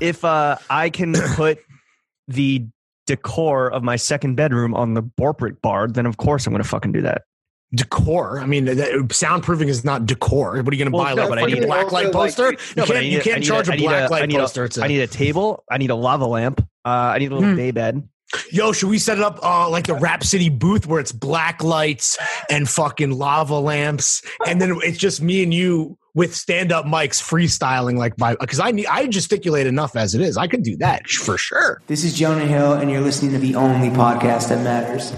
if uh, I can put the decor of my second bedroom on the corporate bar, then of course I'm going to fucking do that. decor. I mean, that, uh, soundproofing is not decor. What are you going to Well, buy? no, like but a I fucking need- black light also, like, poster? No, you but I can't, need you a- I can't need charge a- a I need black a- I light need a- poster. It's a- I need a table. I need a lava lamp. Uh, I need a little Hmm. day bed. Yo, should we set it up uh, like the Rap City booth where it's black lights and fucking lava lamps, and then it's just me and you with stand-up mics freestyling like by because I need I gesticulate enough as it is. I could do that for sure. This is Jonah Hill, and you're listening to the only podcast that matters.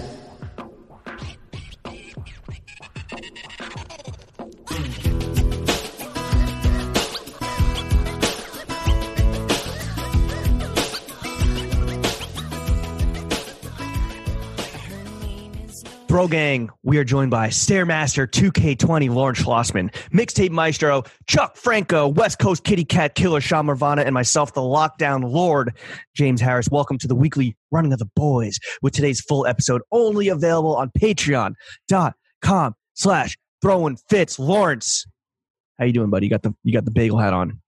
Bro Gang, we are joined by Stairmaster 2K20 Lawrence Schlossman, Mixtape Maestro, Chuck Franco, West Coast Kitty Cat Killer Sean Marvana, and myself, the Lockdown Lord, James Harris. Welcome to the weekly Running of the Boys with today's full episode only available on patreon.com slash throwing fits. Lawrence, how you doing, buddy? You got the you got the bagel hat on.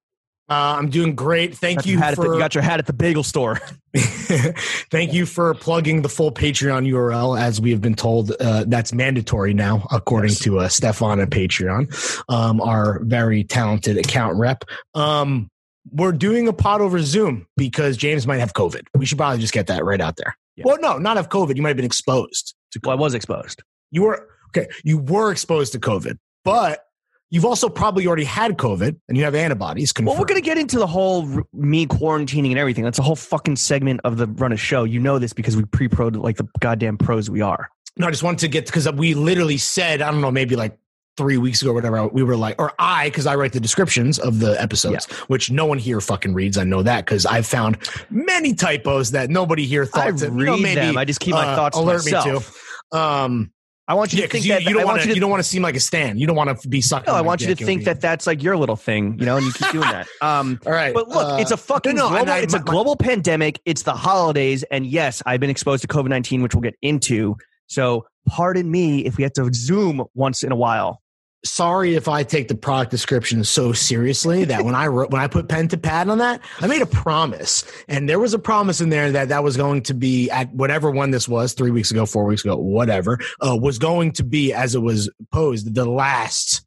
Uh, I'm doing great. Thank Got your you hat at the- for you got your hat at the bagel store. Thank you for plugging the full Patreon URL. As we have been told, uh, that's mandatory now, according to uh, Stefan at Patreon, um, our very talented account rep. Um, we're doing a pod over Zoom because James might have COVID. We should probably just get that right out there. Yeah. Well, no, not have COVID. You might have been exposed to Well, I COVID. was exposed. You were okay. You were exposed to COVID, but you've also probably already had COVID and you have antibodies. Confirmed. Well, we're going to get into the whole r- me quarantining and everything. That's a whole fucking segment of the run of show. You know this because we pre pro like the goddamn pros we are. No, I just wanted to get because we literally said I don't know maybe like three weeks ago or whatever we were like or I because I write the descriptions of the episodes which no one here fucking reads. I know that because I've found many typos that nobody here thought I to you read know, maybe them. I just keep my uh, thoughts to alert me myself. to. Um, I want you yeah, to think because you, that you don't I want want to you you to. don't want to seem like a stan. You don't want to be sucking. No, I on want you dick to and think be- that that's like your little thing, you know, and you keep doing that. Um, All right, but look, uh, it's a fucking no, no, and global, I- it's a my- my- global pandemic. It's the holidays, and yes, I've been exposed to COVID nineteen, which we'll get into. So, pardon me if we have to zoom once in a while. sorry if I take the product description so seriously that when I wrote when I put pen to pad on that, I made a promise, and there was a promise in there that that was going to be at whatever one this was three weeks ago, four weeks ago, whatever uh, was going to be as it was posed the last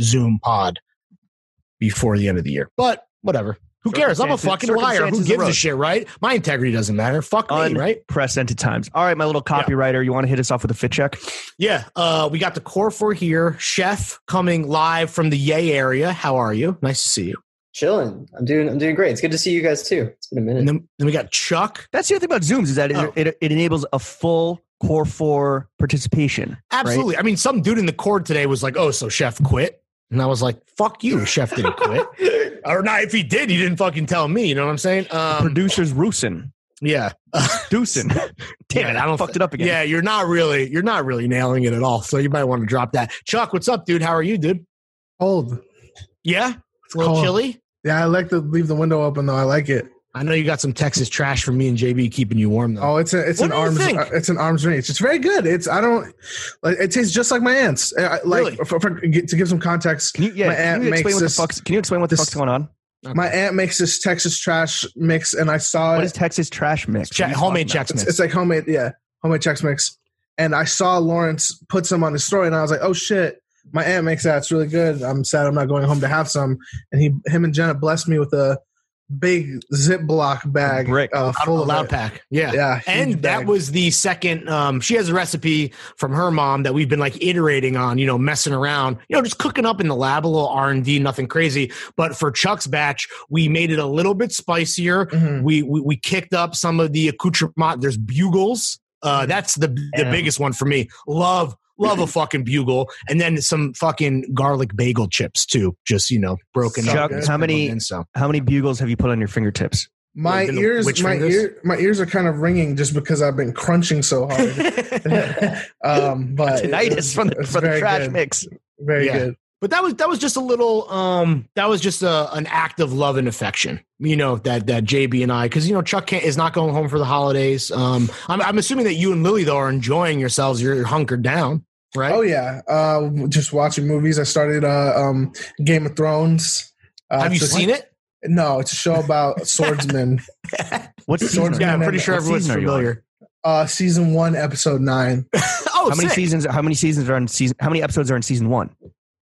Zoom pod before the end of the year, but whatever. Who cares? I'm a Circumstances- fucking liar. Who circumstances gives a arose. shit, right? My integrity doesn't matter. Fuck me, Un- right? Press into times. All right, my little Yeah. copywriter, you want to hit us off with a fit check? Yeah, uh, we got the core four here. Chef coming live from the Yay area. How are you? Nice to see you. Chilling. I'm doing. I'm doing great. It's good to see you guys too. It's been a minute. And then, then we got Chuck. That's the other thing about Zooms is that it, Oh. it, it enables a full core four participation. Absolutely. I mean, some dude in the cord today was like, "Oh, so Chef quit," and I was like, "Fuck you, Chef didn't quit." or not. If he did, he didn't fucking tell me. You know what I'm saying? Um, Producers Rusin. yeah. Deucin. Damn it, Yeah, I don't fucked it up again. Yeah, you're not really you're not really nailing it at all. So you might want to drop that. Chuck, what's up, dude? How are you, dude? Cold. Yeah, it's a little Cold. chilly. Yeah, I like to leave the window open though. I like it. I know you got some Texas trash for me and JB keeping you warm though. Oh, it's a, it's What an do you arms think? uh, it's an arms reach. It's very good. It's I don't like it tastes just like my aunt's. Uh, I- Like Really? for, for, get- to give some context, Can you, My yeah, aunt can you explain makes what the this- fuck's can you explain what the this- fuck's going on? my aunt makes this Texas trash mix, and I saw What it. is Texas trash mix? Che- What are you homemade talking checks it's, mix. it's like homemade, yeah, homemade Chex mix. And I saw Lawrence put some on his story, and I was like, oh shit, my aunt makes that. It's really good. I'm sad I'm not going home to have some. And he, him, and Jenna blessed me with a big Ziploc bag brick. uh, Out of full the of loud loud pack. Yeah. Yeah, And huge that bag. was the second. Um, she has a recipe from her mom that we've been like iterating on, you know, messing around, you know, just cooking up in the lab a little R and D, nothing crazy. But for Chuck's batch, we made it a little bit spicier. Mm-hmm. Mhm. We, we we kicked up some of the accoutrement. There's bugles. Mm-hmm. Uh, that's the the Damn. biggest one for me. Love love a fucking bugle, and then some fucking garlic bagel chips too. Just you know, broken Chuck, up. and how many- sprinkled in, So. How many bugles have you put on your fingertips? My Like, you know, ears, which my fingers? ear, my ears are kind of ringing just because I've been crunching so hard. um, but Tinnitus it's- from the it's from the very trash good, mix. Very Yeah. good. but that was that was just a little um that was just a, an act of love and affection you know that that jb and i because you know chuck can't, is not going home for the holidays um I'm, I'm assuming that you and lily though are enjoying yourselves you're, hunkered down right Oh yeah, uh, just watching movies. I started uh, um, Game of Thrones. Uh, have you just- seen it No, it's a show about swordsmen. What's season? Swordsman Yeah, I'm and- pretty sure what everyone's season are you on? familiar. Uh, season one, episode nine, Oh, how many sick. seasons? How many seasons are in season? How many episodes are in season one?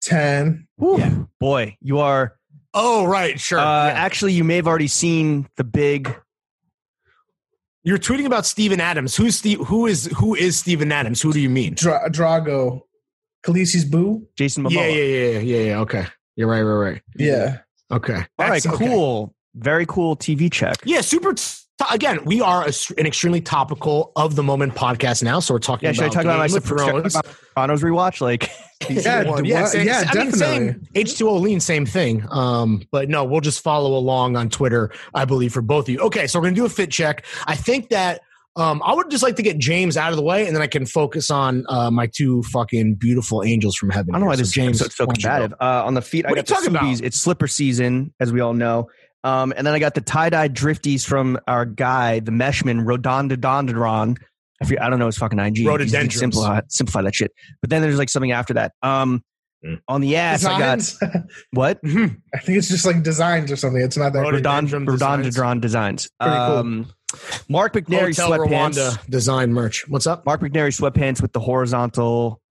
ten. Yeah. Boy, you are. Oh, right, Uh, sure. Yeah. Actually, you may have already seen the big. You're tweeting about Steven Adams. Who's Steve, who is who is Steven Adams? Who do you mean? Dra- Drago, Khaleesi's boo. Jason Momoa. Yeah, yeah, yeah, yeah, yeah. Okay, you're right, right, right. Yeah, Okay, All right, That's- okay. cool. Very cool TV check. Yeah, super. T- again, we are a, an extremely topical of the moment podcast now, so we're talking. Yeah, about should I talk about my Game of Thrones. Sopranos rewatch? Like, Yeah, One. d- well, yeah, same H2O lean, same thing. Um, but no, we'll just follow along on Twitter, I believe, for both of you. Okay, so we're gonna do a fit check. I think that um, I would just like to get James out of the way, and then I can focus on uh, my two fucking beautiful angels from heaven. I don't know here. why this So, James is so why don't you go? combative. Uh, on the feet, What I are got you the talking Subies. It's slipper season, as we all know. Um, and then I got the tie dye drifties from our guy, the meshman, Rodondodondron. If you, I don't know his fucking IG. Rhododendrons. Simplify, simplify that shit. But then there's like something after that. Um, Mm. On the ass, I got designs. I, what? think it's just like designs or something. It's not that. Rhoda- Great. Rhododendron Rodond- designs. Rodondodron designs. Pretty cool. Um, Mark McNary Hotel sweatpants. Rwanda design merch. What's up? Mark McNary sweatpants with the horizontal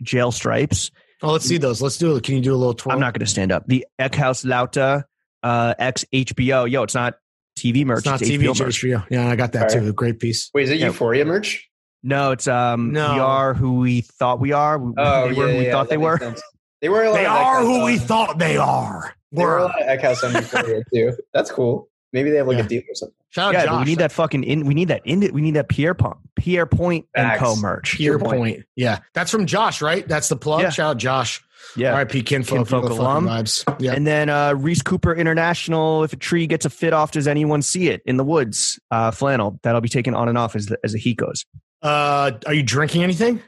jail stripes. Oh, let's see those. Let's do it. Can you do a little twirl? I'm not going to stand up. The Eckhouse Lauta uh, ex HBO. Yo, it's not TV merch. It's It's, not HBO TV. it's merch. HBO. Yeah, I got that All right. too. Great piece. Wait, is it Yeah. Euphoria merch? No, it's um, No. we are who we thought we are. We, they were who we thought Oh, that they makes were. sense. They were. A lot They of are Eckhouse uh, who we on- thought they are. They were a Word. lot of Eckhouse on Euphoria too. That's cool. Maybe they have like Yeah. a deal or something. Shout out yeah, Josh. but we need that fucking in. We need that in. We need that Pierre Point, Pierre Point and Facts. Co merch. Pier point. Yeah. That's from Josh, right? That's the plug. Yeah. Shout out Josh. Yeah. RIP Kinfolk. Kinfolk you know the alum. fucking Vibes. Yeah. And then uh, Reese Cooper International. If a tree gets a fit off, does anyone see it in the woods? Uh, flannel that'll be taken on and off as the, as the heat goes. Uh, are you drinking anything?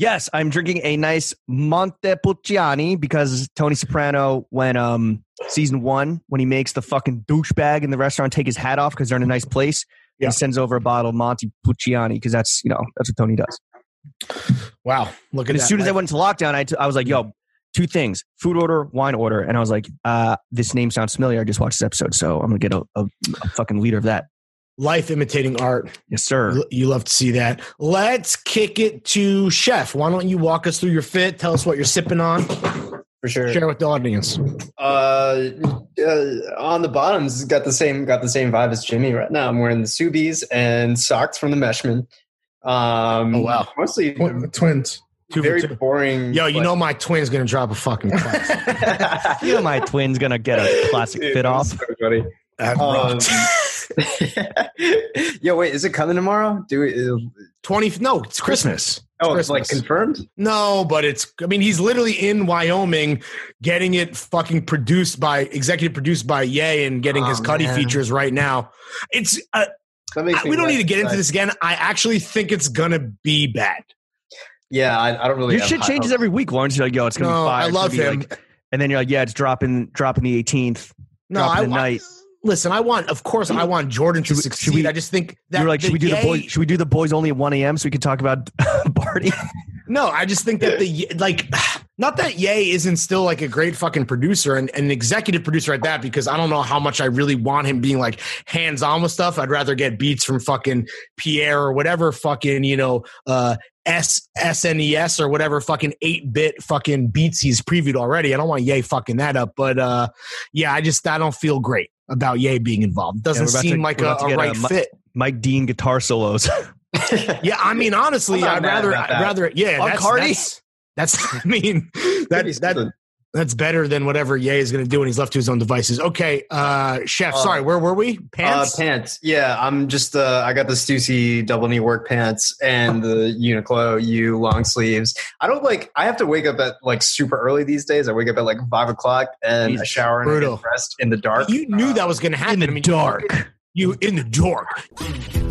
Yes, I'm drinking a nice Montepulciani because Tony Soprano, when um season one, when he makes the fucking douchebag in the restaurant take his hat off because they're in a nice place, Yeah. he sends over a bottle of Montepulciani because that's you know that's what Tony does. Wow. Look at And that. as soon as I went into lockdown, I, t- I was like, Mm. yo, two things: food order, wine order, and I was like, uh, this name sounds familiar. I just watched this episode, so I'm gonna get a, a, a fucking liter of that. Life imitating art. Yes, sir. L- You love to see that. Let's kick it to Chef. Why don't you walk us through your fit? Tell us what you're sipping on. For sure. Share with the audience. Uh, uh, on the bottoms got the same got the same vibe as Jimmy right now. I'm wearing the Subies and socks from the Meshman. Um, Oh, wow. mostly Tw- twins. Two for very two. boring. Yo, you but- know my twin's gonna drop a fucking class. You know my twin's gonna get a classic Dude, fit that off. was so funny. Uh, Um, Yo, wait, is it coming tomorrow? Do we? Twenty? No, it's Christmas. oh, it's like Christmas. confirmed. No, but it's. I mean, he's literally in Wyoming, getting it fucking produced by executive produced by Yay and getting his Oh, Aw, Cuddy man. features right now. It's. Uh, That makes me we don't less need to get into excited. this again. I actually think it's gonna be bad. Yeah, I, I don't really. Your have shit high changes hopes. every week, Lawrence. You're like, yo, it's gonna No, be fire. I It's gonna love be him. like- and then you're like, yeah, it's dropping dropping the 18th. no, dropping I the want. night. Listen, I want. Of course, I want Jordan to Should we- should succeed. we- I just think that You're like, should we do the Ye- boys? Should we do the boys only at 1 a.m. so we can talk about Barty? No, I just think that the like, not that Ye isn't still like a great fucking producer and an executive producer at that because I don't know how much I really want him being like hands on with stuff. I'd rather get beats from fucking Pierre or whatever fucking you know uh S SNES or whatever fucking eight bit fucking beats he's previewed already. I don't want Ye fucking that up, but uh yeah, I just I don't feel great about Ye being involved. Doesn't we're about seem to- like we're a, about to a get a right mu- fit. Mike Dean guitar solos. Yeah, I mean, honestly, I'm not I'd mad rather, about I'd that. rather, yeah, On that's, Cardi? that's, that's- I mean, that, Maybe that, something. that's better than whatever Ye is going to do when he's left to his own devices. Okay, uh, chef, Uh, sorry, where were we? Pants. Uh, pants. Yeah, I'm just. Uh, I got the Stussy double knee work pants and the Uniqlo U long sleeves. I don't like. I have to wake up at like super early these days. I wake up at like five o'clock and I Jesus. shower and I Brutal. get dressed in the dark. you knew Uh, that was going to happen. I mean, you- You in the dark.